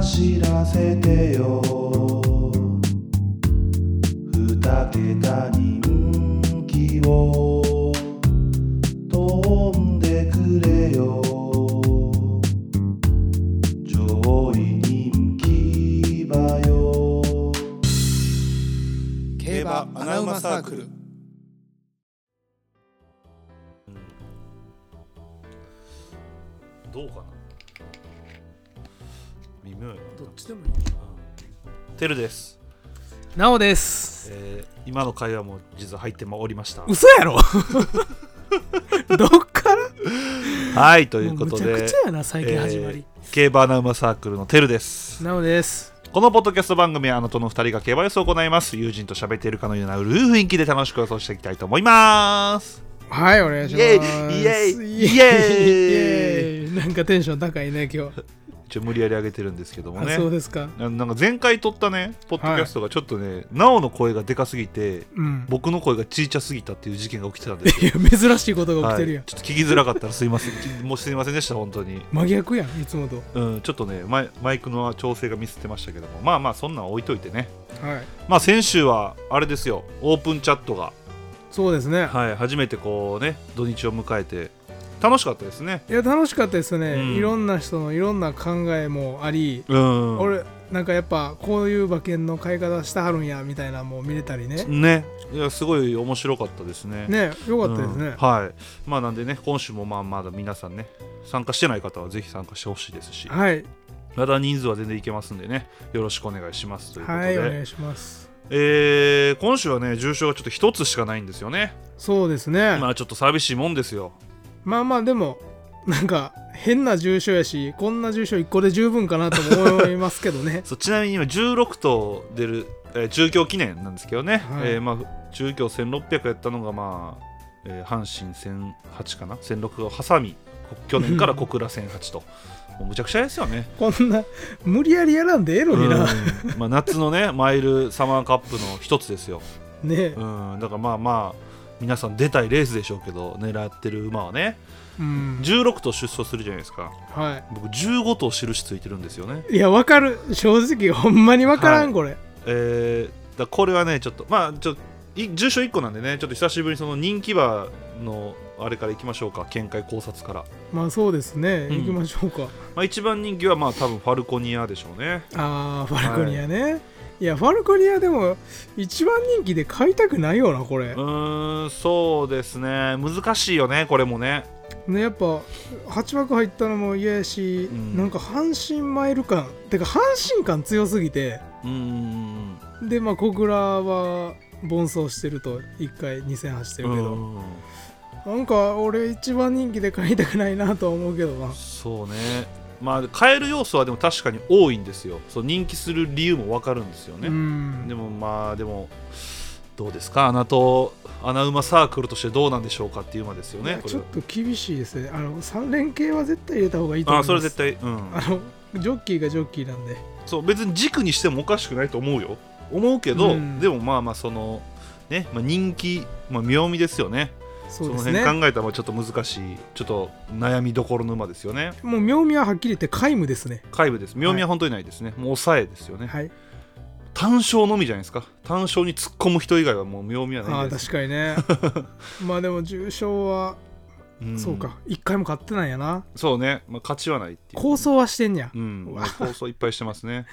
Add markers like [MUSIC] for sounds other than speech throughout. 走らせてよ二桁人気を飛んでくれよ上位人気馬よ競馬アナウマサークルどうかな微妙やなどっちでもいいてるです、なおですえー今の会話も実は入っておりました嘘 [LAUGHS] やろどっからはいとということむちゃでくちゃやな最近始まり、えー競馬アナウマサークルのてるですなおですこのポッドキャスト番組はあなたの2人が競馬予想を行います友人と喋っているかのようなうるう雰囲気で楽しく予想していきたいと思いますはいお願いしますイエイイエイイエイイエイなんかテンション高いね今日、一応無理やり上げてるんですけどもあねそうですかななんか前回撮ったねポッドキャストがちょっとね、なおの声がでかすぎてうん僕の声がちいちゃすぎたっていう事件が起きてたんですいや珍しいこと [LAUGHS] が起きてるやん、はい、ちょっと聞きづらかったらすいません [LAUGHS] もうすいませんでした本当に真逆やんいつもとうん、ちょっとねマイマイクの調整がミスってましたけどもまあまあそんなん置いといてねはいまあ先週はあれですよオープンチャットが、そうですね、はい、初めてこうね土日を迎えて楽しかったですねい、や楽しかったですね、うんいろんな人のいろんな考えもあり、うん俺なんかやっぱこういう馬券の買い方してはるんやみたいなのも見れたりねねいやすごい面白かったですねねよかったですね、うんはいまあなんでね今週もまあまだ皆さんね参加してない方はぜひ参加してほしいですしはいまだ人数は全然いけますんでねよろしくお願いしますということはいで、お願いしますえー今週はね重賞がちょっと一つしかないんですよねそうですねまあちょっと寂しいもんですよまあまあでもなんか変な重症やしこんな重症1個で十分かなとも思いますけ [LAUGHS] どねそうちなみに今16頭出る、えー中京記念なんですけどね、はいえーまあ、中京1600やったのが、まあえー阪神1008かな1006を挟みこ去年から小倉1008と [LAUGHS] もうむちゃくちゃですよね。こんな無理やりやらんでええのにな、うんまあ、夏のねマイルサマーカップの一つですよ、ねうん、だからまあまあ皆さん出たいレースでしょうけど狙ってる馬はねうん16頭出走するじゃないですかは僕15頭印ついてるんですよねいいやわかる正直ほんまにわからん、はいこれえー、だこれはねちょっとまあちょっとい重賞1個なんでねちょっと久しぶりにその人気馬のあれからいきましょうか見解考察から、まあそうですね、うん行きましょうかまあ、一番人気はまあ多分ファルコニアでしょうねあーファルコニアね、い、やファルコニアでも一番人気で買いたくないよなこれう、ーんそうですね難しいよねこれもねね、やっぱ8枠入ったのも嫌やし、うんなんか阪神マイル感てか阪神感強すぎてうーんでまあ小倉は奔走してると1回2000走ってるけうどーんなんか俺一番人気で買いたくないなとは思うけどなそうねまあ変える要素はでも確かに多いんですよそう人気する理由も分かるんですよね、うんでもまあでもどうですか穴と穴馬サークルとしてどうなんでしょうかっていう馬ですよいやねこれちょはっと厳しいですねあの3連携は絶対入れた方がいいと思あいますそれ絶対うんあのジョッキーがジョッキーなんでそう別に軸にしてもおかしくないと思うよ思うけど、うんでもまあまあそのね、まあ、人気、まあ、妙味ですよねそうでのす辺ね考えたらちょっと難しいちょっと悩みどころの馬ですよねもう妙味ははっきり言って皆無ですね皆無です妙味は本当にないですね、もう抑えですよね、はい単勝のみじゃないですか単勝に突っ込む人以外はもう妙味はあないあです確かにね [LAUGHS] まあでも重賞はんそうか1回も買ってないやなそうね、まあ、勝ちはないっていう構想はしてんやうん、うもわう放送いっぱいしてますね。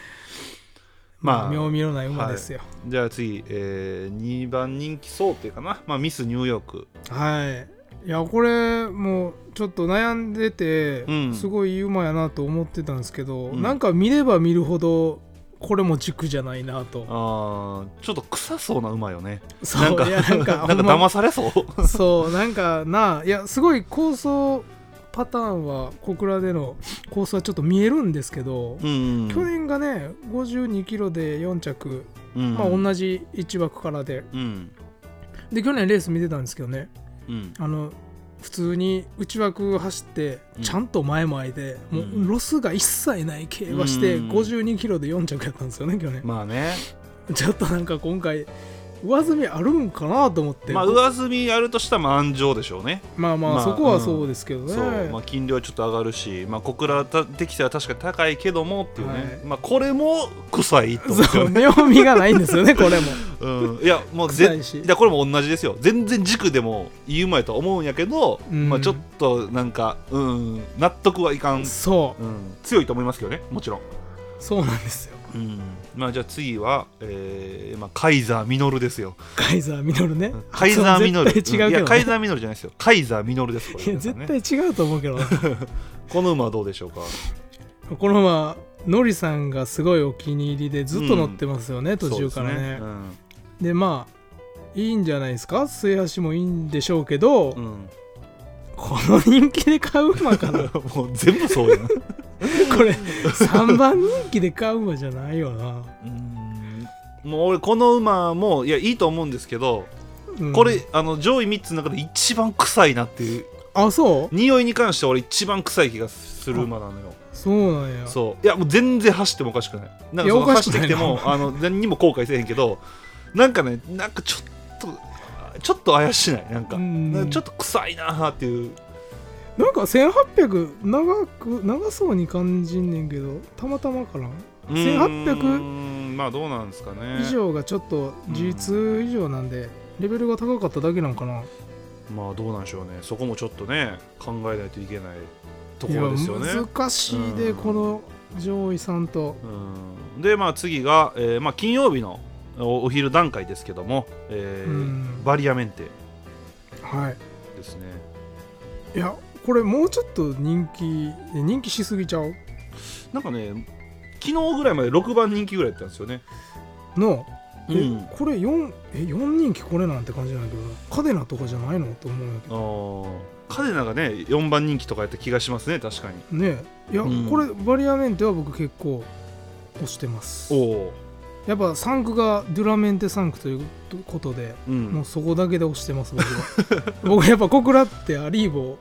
ままああ妙味のない馬ですよじゃあ次、え2番人気想定かな、まあ、ミスニューヨーク。はい。いや、これ、もう、ちょっと悩んでて、うんすごいいい馬やなと思ってたんですけど、うんなんか見れば見るほど、これも軸じゃないなと。あーちょっと臭そうな馬よね。そうなんか、いや、なんか、 [LAUGHS] なんかほんま騙されそう。そう、なんかな、いや、すごい構想パターンは、小倉での構想はちょっと見えるんですけど、うん去年がね、52キロで4着、うん、まあ、同じ1枠からで、うん、で、去年レース見てたんですけどね、うん、あの普通に内枠走ってうんちゃんと前もいで、うんもうロスが一切ない競馬してうん52キロで4着やったんですよね去年、まあね、ちょっとなんか今回上積みあるんかなと思って、まあ上積みやるとしたら満場でしょうねまあまあ、まあそこはそうですけどね、そう、まあ、金利はちょっと上がるし、まあ、小倉た適正は確かに高いけどもっていうね、はいまあ、これも臭いと思って [LAUGHS] そようね、妙味がないんですよねこれもうん、いやもう臭ぜいしいやこれも同じですよ全然軸でもいい馬やとは思うんやけど、うんまあ、ちょっとなんか、うん、納得はいかん、そうん、強いと思いますけどねもちろん、うそうなんですようんまあ、じゃあ次は、えーまあ、カイザーミノル [LAUGHS] ですよカイザーミノルねカイザーミノル、絶対違うんういけやど、カねイザーミノルじゃないですよカイザーミノルですこれいや皆さんね絶対違うと思うけどなこの馬はどうでしょうかこのままノリさんがすごいお気に入りでずっと乗ってますよね、途中からねそうでですうんまあいいんじゃないですか末橋もいいんでしょうけど、うん [LAUGHS] この人気で買う馬 [LAUGHS] かなもう全部そうや [LAUGHS] んうこれ3番人気で買う馬じゃないよな、ーんもう俺この馬もいやいいと思うんですけど、うんこれあの上位3つの中で一番臭いなっていうあそう匂いに関しては俺一番臭い気がする馬なのよそうなんやそういやもう全然走ってもおかしくないなんかそのいやおかし走っくなていきなてもあの何にも後悔せえへんけどなんかねなんかちょっとちょっと怪しないなんかうんなんかちょっと臭いなーっていうなんか1800長く長そうに感じんねんけどたまたまかな1800うーんまあどうなんですかね以上がちょっと G2 以上なんでレベルが高かっただけなんかなまあどうなんでしょうねそこもちょっとね考えないといけないところですよねいや難しいでうんこの上位さんとうんでまあ次が、えーまあ、金曜日のおお昼段階ですけども、えーうんバリアメンテはいですねいやこれもうちょっと人気え人気しすぎちゃうなんかね昨日ぐらいまで6番人気ぐらいだったんですよねの、えうんこれ 4, え4人気これなんて感じなんだけどカデナとかじゃないのと思うんやけあーカデナがね4番人気とかやった気がしますね確かにどねえいや、うんこれバリアメンテは僕結構押してますおおやっぱ3区がデュラメンテ3区ということでーうんもうそこだけで押してます僕は [LAUGHS] 僕やっぱ小倉ってアリーボ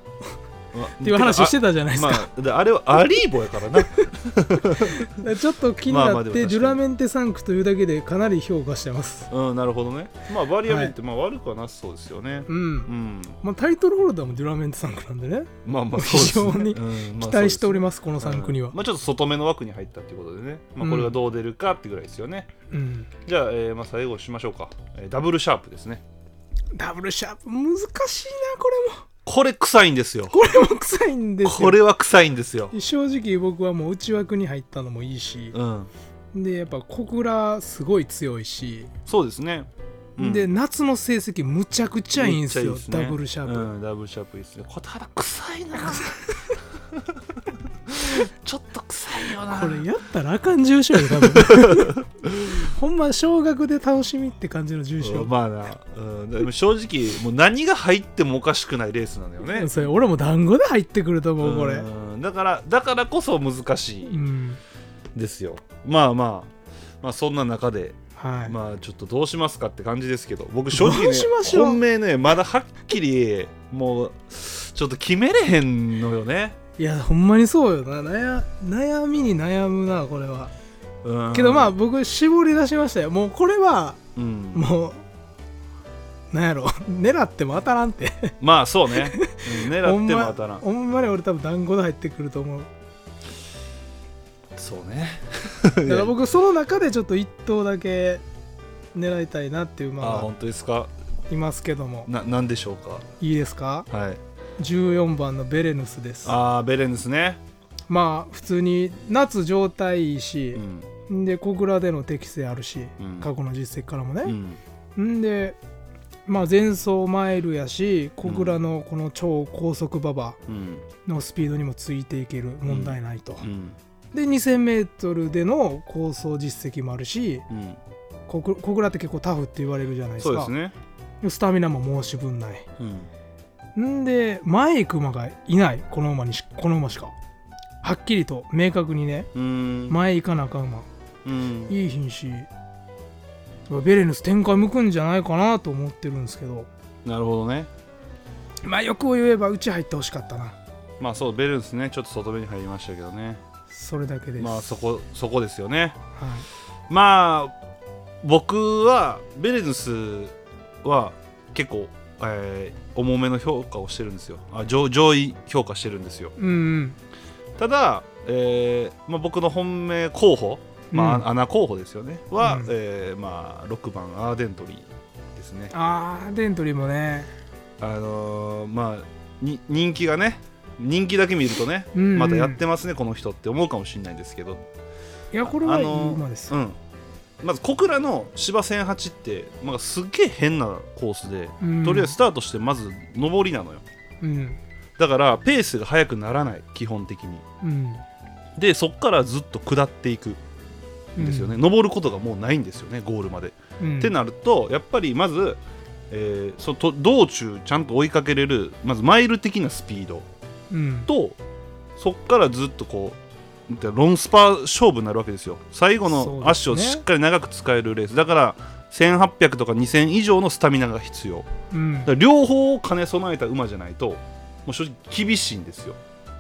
っていう話をしてたじゃないですか、まあであれはアリーボやからな [LAUGHS] [LAUGHS] ちょっと気にまあまなあっでも確かてにデュラメンテ3区というだけでかなり評価してますうんなるほどねまあバリアメンテ、まあ悪くはなさそうですよねう、うんんまあ、タイトルホルダーもデュラメンテ3区なんでねまあまあ非常にそうですねうんまあ期待しておりまますこのす3区にはうんまあ、ちょっと外目の枠に入ったっていうことでね、まあ、これがどう出るかってぐらいですよね、うんじゃあ,、えーまあ最後しましょうか、えーダブルシャープですねダブルシャープ難しいなこれも [LAUGHS] これ臭いんですよこれも臭いんですよこれは臭いんですよ、正直僕はもう内枠に入ったのもいいしう、ん、でやっぱ小倉すごい強いし、そうですね、うんで夏の成績むちゃくちゃいいんですめっちゃよいいっすねダブルシャープ、うん、ダブルシャープいいですねこれただ臭い [LAUGHS] なちょっと臭いよなこれやったらあかん重症よ多分 [LAUGHS] ほんま小学で楽しみって感じの重う症んまあな、うん、でも正直もう何が入ってもおかしくないレースなのよねそれ俺も団子で入ってくると思うこれうんだからだからこそ難しういんですよ、まあまあまあそんな中ではい、まあちょっとどうしますかって感じですけど僕正直どねうしましょう本命ねまだはっきりもうちょっと決めれへんのよねいやほんまにそうよな悩悩みに悩むなこれはうんけどまあ僕絞り出しましたよもうこれはうんもうなんやろ [LAUGHS] 狙っても当たらんってまあそう [LAUGHS] ね、うん狙ほっんてまも当たらんほんまに俺多分団子で入ってくると [LAUGHS] 思うそう [LAUGHS] ねだから僕その中でちょっと1頭だけ狙いたいなっていうあま本当ですかあいますけどもななんでしょうかいいですかはい14番のベレヌスですああベレンですね、まあ普通に夏状態いいしう、んで小倉での適性あるし、うん過去の実績からもうね、んん、でまあ前走マイルやし小倉のこの超高速馬場うんのスピードにもついていける問題ないと、うんで 2000m での構想実績もあるしうん小倉小倉って結構タフって言われるじゃないですそうでかすね、スタミナも申し分ないうん、んで前行く馬がいないこの馬にしこの馬しかはっきりと明確にねうーん前行かなあかん馬うんいい品種ベレヌス展開向くんじゃないかなと思ってるんですけどなるほどねまあ欲を言えばうち入ってほしかったなまあそうベレンですねちょっと外目に入りましたけどねそれだけです、まあそこそこですよねはまあ僕はベレヌスは結構、えー重めの評価をしてるんですよあ上上位評価してるんですようんうんただ、えーまあ、僕の本命候補、まあうん穴候補ですよねは、うんえーまあ、6番アーデントリーですねあーデントリーもねあのーまあに人気がね人気だけ見るとね、うんうんまたやってますねこの人って思うかもしれないですけどいやこれはいいあの馬です、うんまず小倉の芝線8って、まあ、すっげえ変なコースで、うんとりあえずスタートしてまず上りなのようんだからペースが速くならない基本的にうんでそっからずっと下っていくんですよね、登ることがもうないんですよねゴールまで、うんってなるとやっぱりまず、えーそのと道中ちゃんと追いかけれるまずマイル的なスピードうんとそっからずっとこうロンスパ勝負になるわけですよ最後そうので足すねをしっかり長く使えるレース、だから1800とか2000以上のスタミナが必要だかうんら両方を兼ね備えた馬じゃないともう正直厳しいんですよ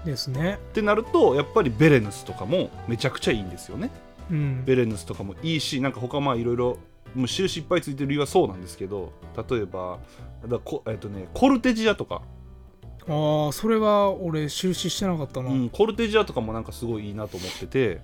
ですねってなるとやっぱりベレヌスとかもめちゃくちゃいいんですよねうんベレヌスとかもいいしなんか他まあいろいろもう印いっぱいついてる理由はそうなんですけど例えばだからこえっとねコルテジアとか、あーそれは俺収支してなかったなううん、ん、コルテジアとかもなんかすごいいいなと思っててで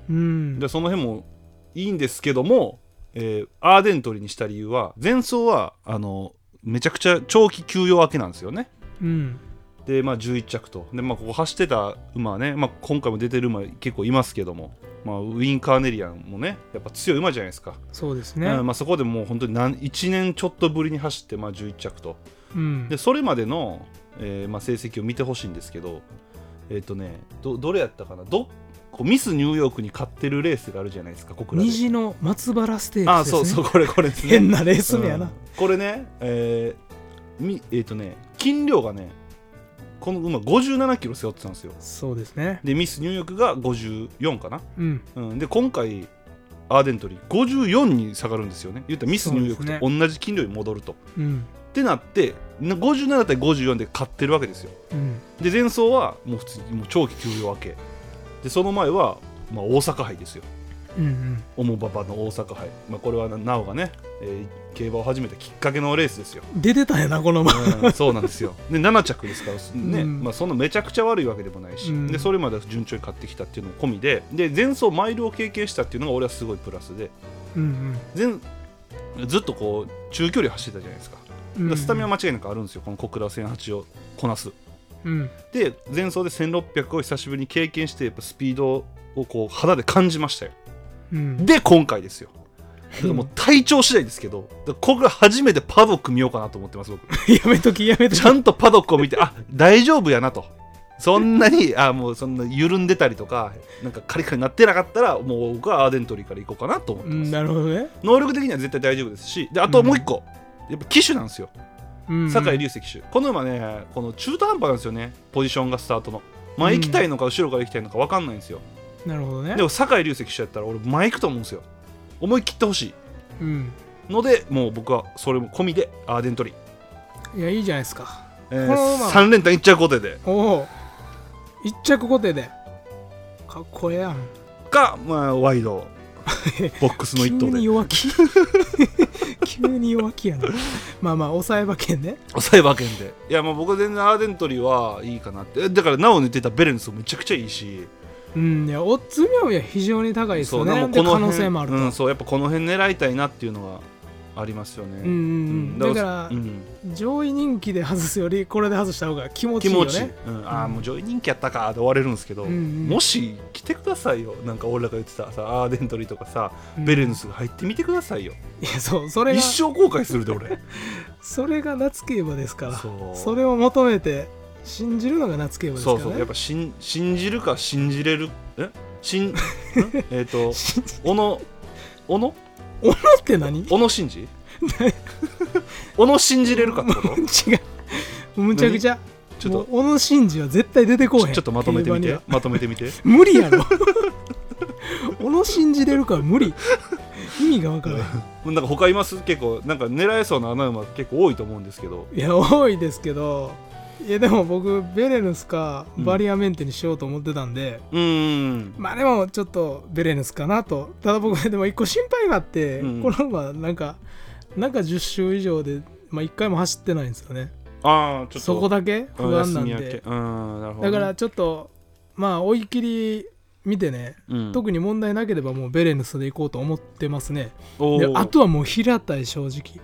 その辺もいいんですけども、えーアーデントリーにした理由は前走はあのめちゃくちゃ長期休養明けなんですよねうんでまあ11着とでまあここ走ってた馬はね、まあ、今回も出てる馬結構いますけども、まあ、ウィン・カーネリアンもねやっぱ強い馬じゃないですか、そうですねうんまあ、そこでもう本当に何1年ちょっとぶりに走って、まあ、11着とうんでそれまでの、えーまあ、成績を見てほしいんですけどえっ、とねどどれやったかなどこうミスニューヨークに勝ってるレースがあるじゃないですか小倉で虹の松原ステーキです、ね、あそうそうこれこれですね変なレース名やな、うんこれねえーみえっ、とね斤量がねこの馬57キロ背負ってたんですよそうですねでミスニューヨークが54かな、うんうん、で今回アーデントリー54に下がるんですよね言ったらミスニューヨークと同じ斤量に戻ると、うんってなってな57対54で勝ってるわけですようんで前走はもう普通にもう長期休養明けでその前は、まあ、大阪杯ですようんうんオモババの大阪杯、まあ、これはななおがね、えー競馬を始めたきっかけのレースですよ、出てたんやなこの馬うん [LAUGHS] そうなんですよで7着ですからね、うんまあ、そんなめちゃくちゃ悪いわけでもないし、うんでそれまでは順調に勝ってきたっていうのも込みでで前走マイルを経験したっていうのが俺はすごいプラスでうん前ずっとこう中距離走ってたじゃないですかだかうんらスタミナマ間違いなくあるんですよこの小倉1008をこなすうんで前走で1600を久しぶりに経験してやっぱスピードをこう肌で感じましたようんで今回ですよだからもう体調次第ですけどだからここが初めてパドック見ようかなと思ってます僕やめときやめときちゃんとパドックを見てあ大丈夫やなとそんなにあもうそんな緩んでたりとかなんかカリカリになってなかったらもう僕はアーデントリーから行こうかなと思っうてまんす、なるほどね能力的には絶対大丈夫ですしであともう一個、やっぱ騎手なんですようん酒井隆成騎手この馬ねこの中途半端なんですよねポジションがスタートの前うん行きたいのか後ろから行きたいのか分かんないんですよ、なるほどねでも酒井隆成騎手やったら俺前行くと思うんですよ思い切ってほしうんいのでもう僕はそれも込みでアーデントリー、いやいいじゃないですかえこの馬3連単一着固定でおお一着固定でかっこええやんか、まあ、ワイ [LAUGHS] ドボックスの一急頭にで弱気 [LAUGHS] 急に弱気やなまあまあ抑え馬券ね抑え馬券でいやまあ僕は全然アーデントリーはいいかなってえだからなお寝てたベレンスもめちゃくちゃいいしうんいやオッズ妙や非常に高いですよでねもでこの可辺能性もあると、うん、そうやっぱこの辺狙いたいなっていうのはありますよね、うんうんうんだからうん、上位人気で外すよりこれで外した方が気持ちい気いよ持ちいいねうん、ああもう上位人気やったかで終われるんですけど、うんうんもし来てくださいよなんか俺らが言ってたさアーデントリーとかさ、ベレヌススが入ってみてくださいよいやそうそれが一生後悔するで俺それが夏競馬ですからそうそれを求めて信じるのが夏競馬ですかそらうねそうやっぱしん信じるか信じれるえ [LAUGHS] 信んえっと信じ小野小野斧って何違小野信 [LAUGHS] じ小野信じれるかってことうむちゃくちゃちょっもとう小野伸二は絶対出てこうへんちょちょっとまとめてみ競馬にてはまとめてみて無理やろ [LAUGHS] 小野信じれるから無理意味が分 [LAUGHS] からへんなんか他います結構なんか狙えそうな穴馬結構多いと思うんですけどいや多いですけどいやでも僕ベレヌスかバリアメンテにしようと思ってたんで、うーんまあでもちょっとベレヌスかなとただ僕でも一個心配があって、うんこの馬なんかなんか10周以上で、まあ、1回も走ってないんですよねああちょっとそこだけあ不安なん休み明でけうんなるほどねだからちょっとまあ追い切り見てね、うん特に問題なければもうベレヌスで行こうと思ってますねおでーあとはもう平たい正直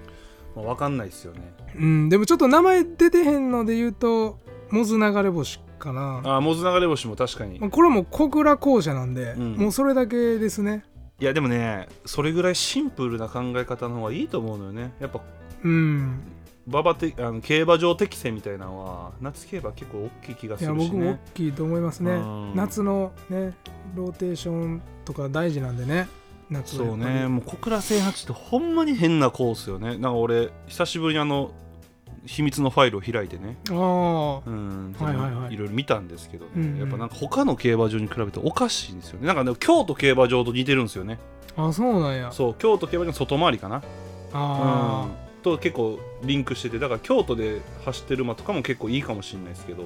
まあわかんないですよねうんでもちょっと名前出てへんので言うとモズ流れ星かなああモズ流れ星も確かにまあこれはもう小倉校舎なんで、うんもうそれだけですねいやでもねそれぐらいシンプルな考え方の方がいいと思うのよねやっぱうん馬場てあの競馬場適性みたいなのは夏競馬結構大きい気がいすやるし僕も大ねきいと思いますうねん夏のねローテーションとか大事なんでね夏はそうねもう小倉千八ってほんまに変なコースよねなんか俺久しぶりにあの秘密のファイルを開いてねああうんはいはいはいいろいろ見たんですけどね、うんうんやっぱなんか他の競馬場に比べておかしいんですよねなんかね京都競馬場と似てるんですよねあそうなんやそう京都競馬場の外回りかなあうんと結構リンクしててだから京都で走ってる馬とかも結構いいかもしれないですけど、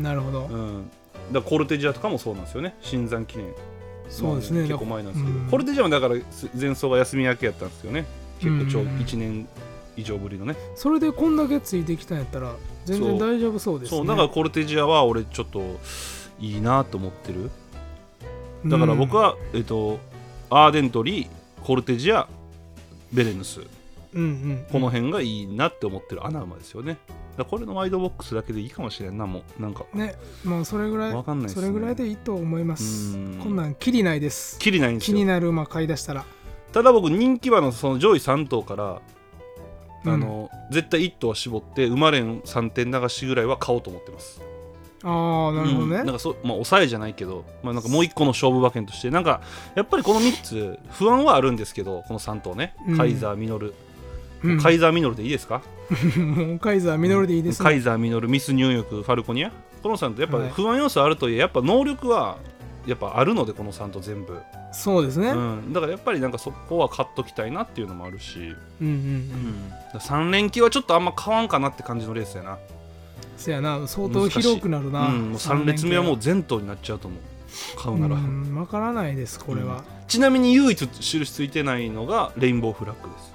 あなるほどうん、だからコルテジアとかもそうなんですよね新山記念そうですねまあ結構前なんですけど、うんコルテジアもだからす前走が休み明けやったんですよね結構長うん1年以上ぶりのねそれでこんだけついてきたんやったら全然そう大丈夫そうですねそうだからコルテジアは俺ちょっといいなと思ってるだから僕は、えっとアーデントリーコルテジアベレヌスうんうんこの辺がいいなって思ってる穴馬ですよねだからこれのワイドボックスだけでいいかもしれんなもうなんかうんねもうそれぐらいわかんないっすそねれぐらいでいいと思いますうんこんなんきりないですきりないんです気によなる馬買い出したらただ僕人気馬のその上位3頭から、うんあの絶対1頭は絞って馬連3点流しぐらいは買おうと思ってますああなるほどね、うんなんかそうまあ抑えじゃないけど、まあ、なんかもう一個の勝負馬券としてなんかやっぱりこの3つ不安はあるんですけどこの3頭ねうんカイザーミノル、うんカイザーミノルでいいですかもうカイザーミノルでいいですカね、イザーミノルミスニューヨークファルコニアこの3とやっぱはい不安要素あるといえやっぱ能力はやっぱあるのでこの3と全部、そうですね、ううん、ん、だからやっぱりなんかそこは買っときたいなっていうのもあるし、うんうん3連休はちょっとあんま買わんかなって感じのレースやな、せやな相当広くなるな、うん、もう3列目はもう全頭になっちゃうと思う買うなら、うんわからないですこれは、ちなみに唯一印ついてないのがレインボーフラッグです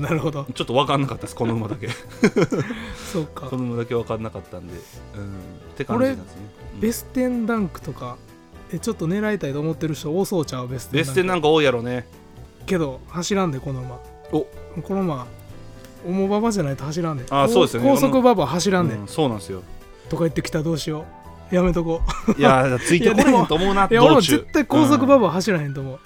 なるほどちょっと分 [LAUGHS] かんなかったですこの馬だけ [LAUGHS] そうかこの馬だけ分かんなかったんで、うん、って感じなんですねうんベステンダンクとかえちょっと狙いたいと思ってる人多そうちゃうベステンベステンダンなんか多いやろねクけど走らんでこの馬おこの馬重馬場じゃないと走らんであーそうですよね高速馬場走らんで、うんそうなんですよとか言ってきたらどうしようやめとこ [LAUGHS] いやーついてこれへんと思うなういや俺も道中絶対高速馬うん場走らへんと思う、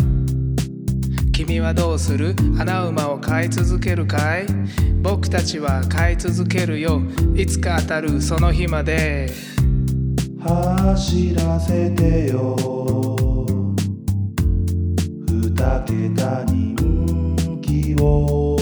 君はどうする穴馬を飼い続けるかい僕たちは飼い続けるよいつか当たるその日まで走らせてよ二桁人気を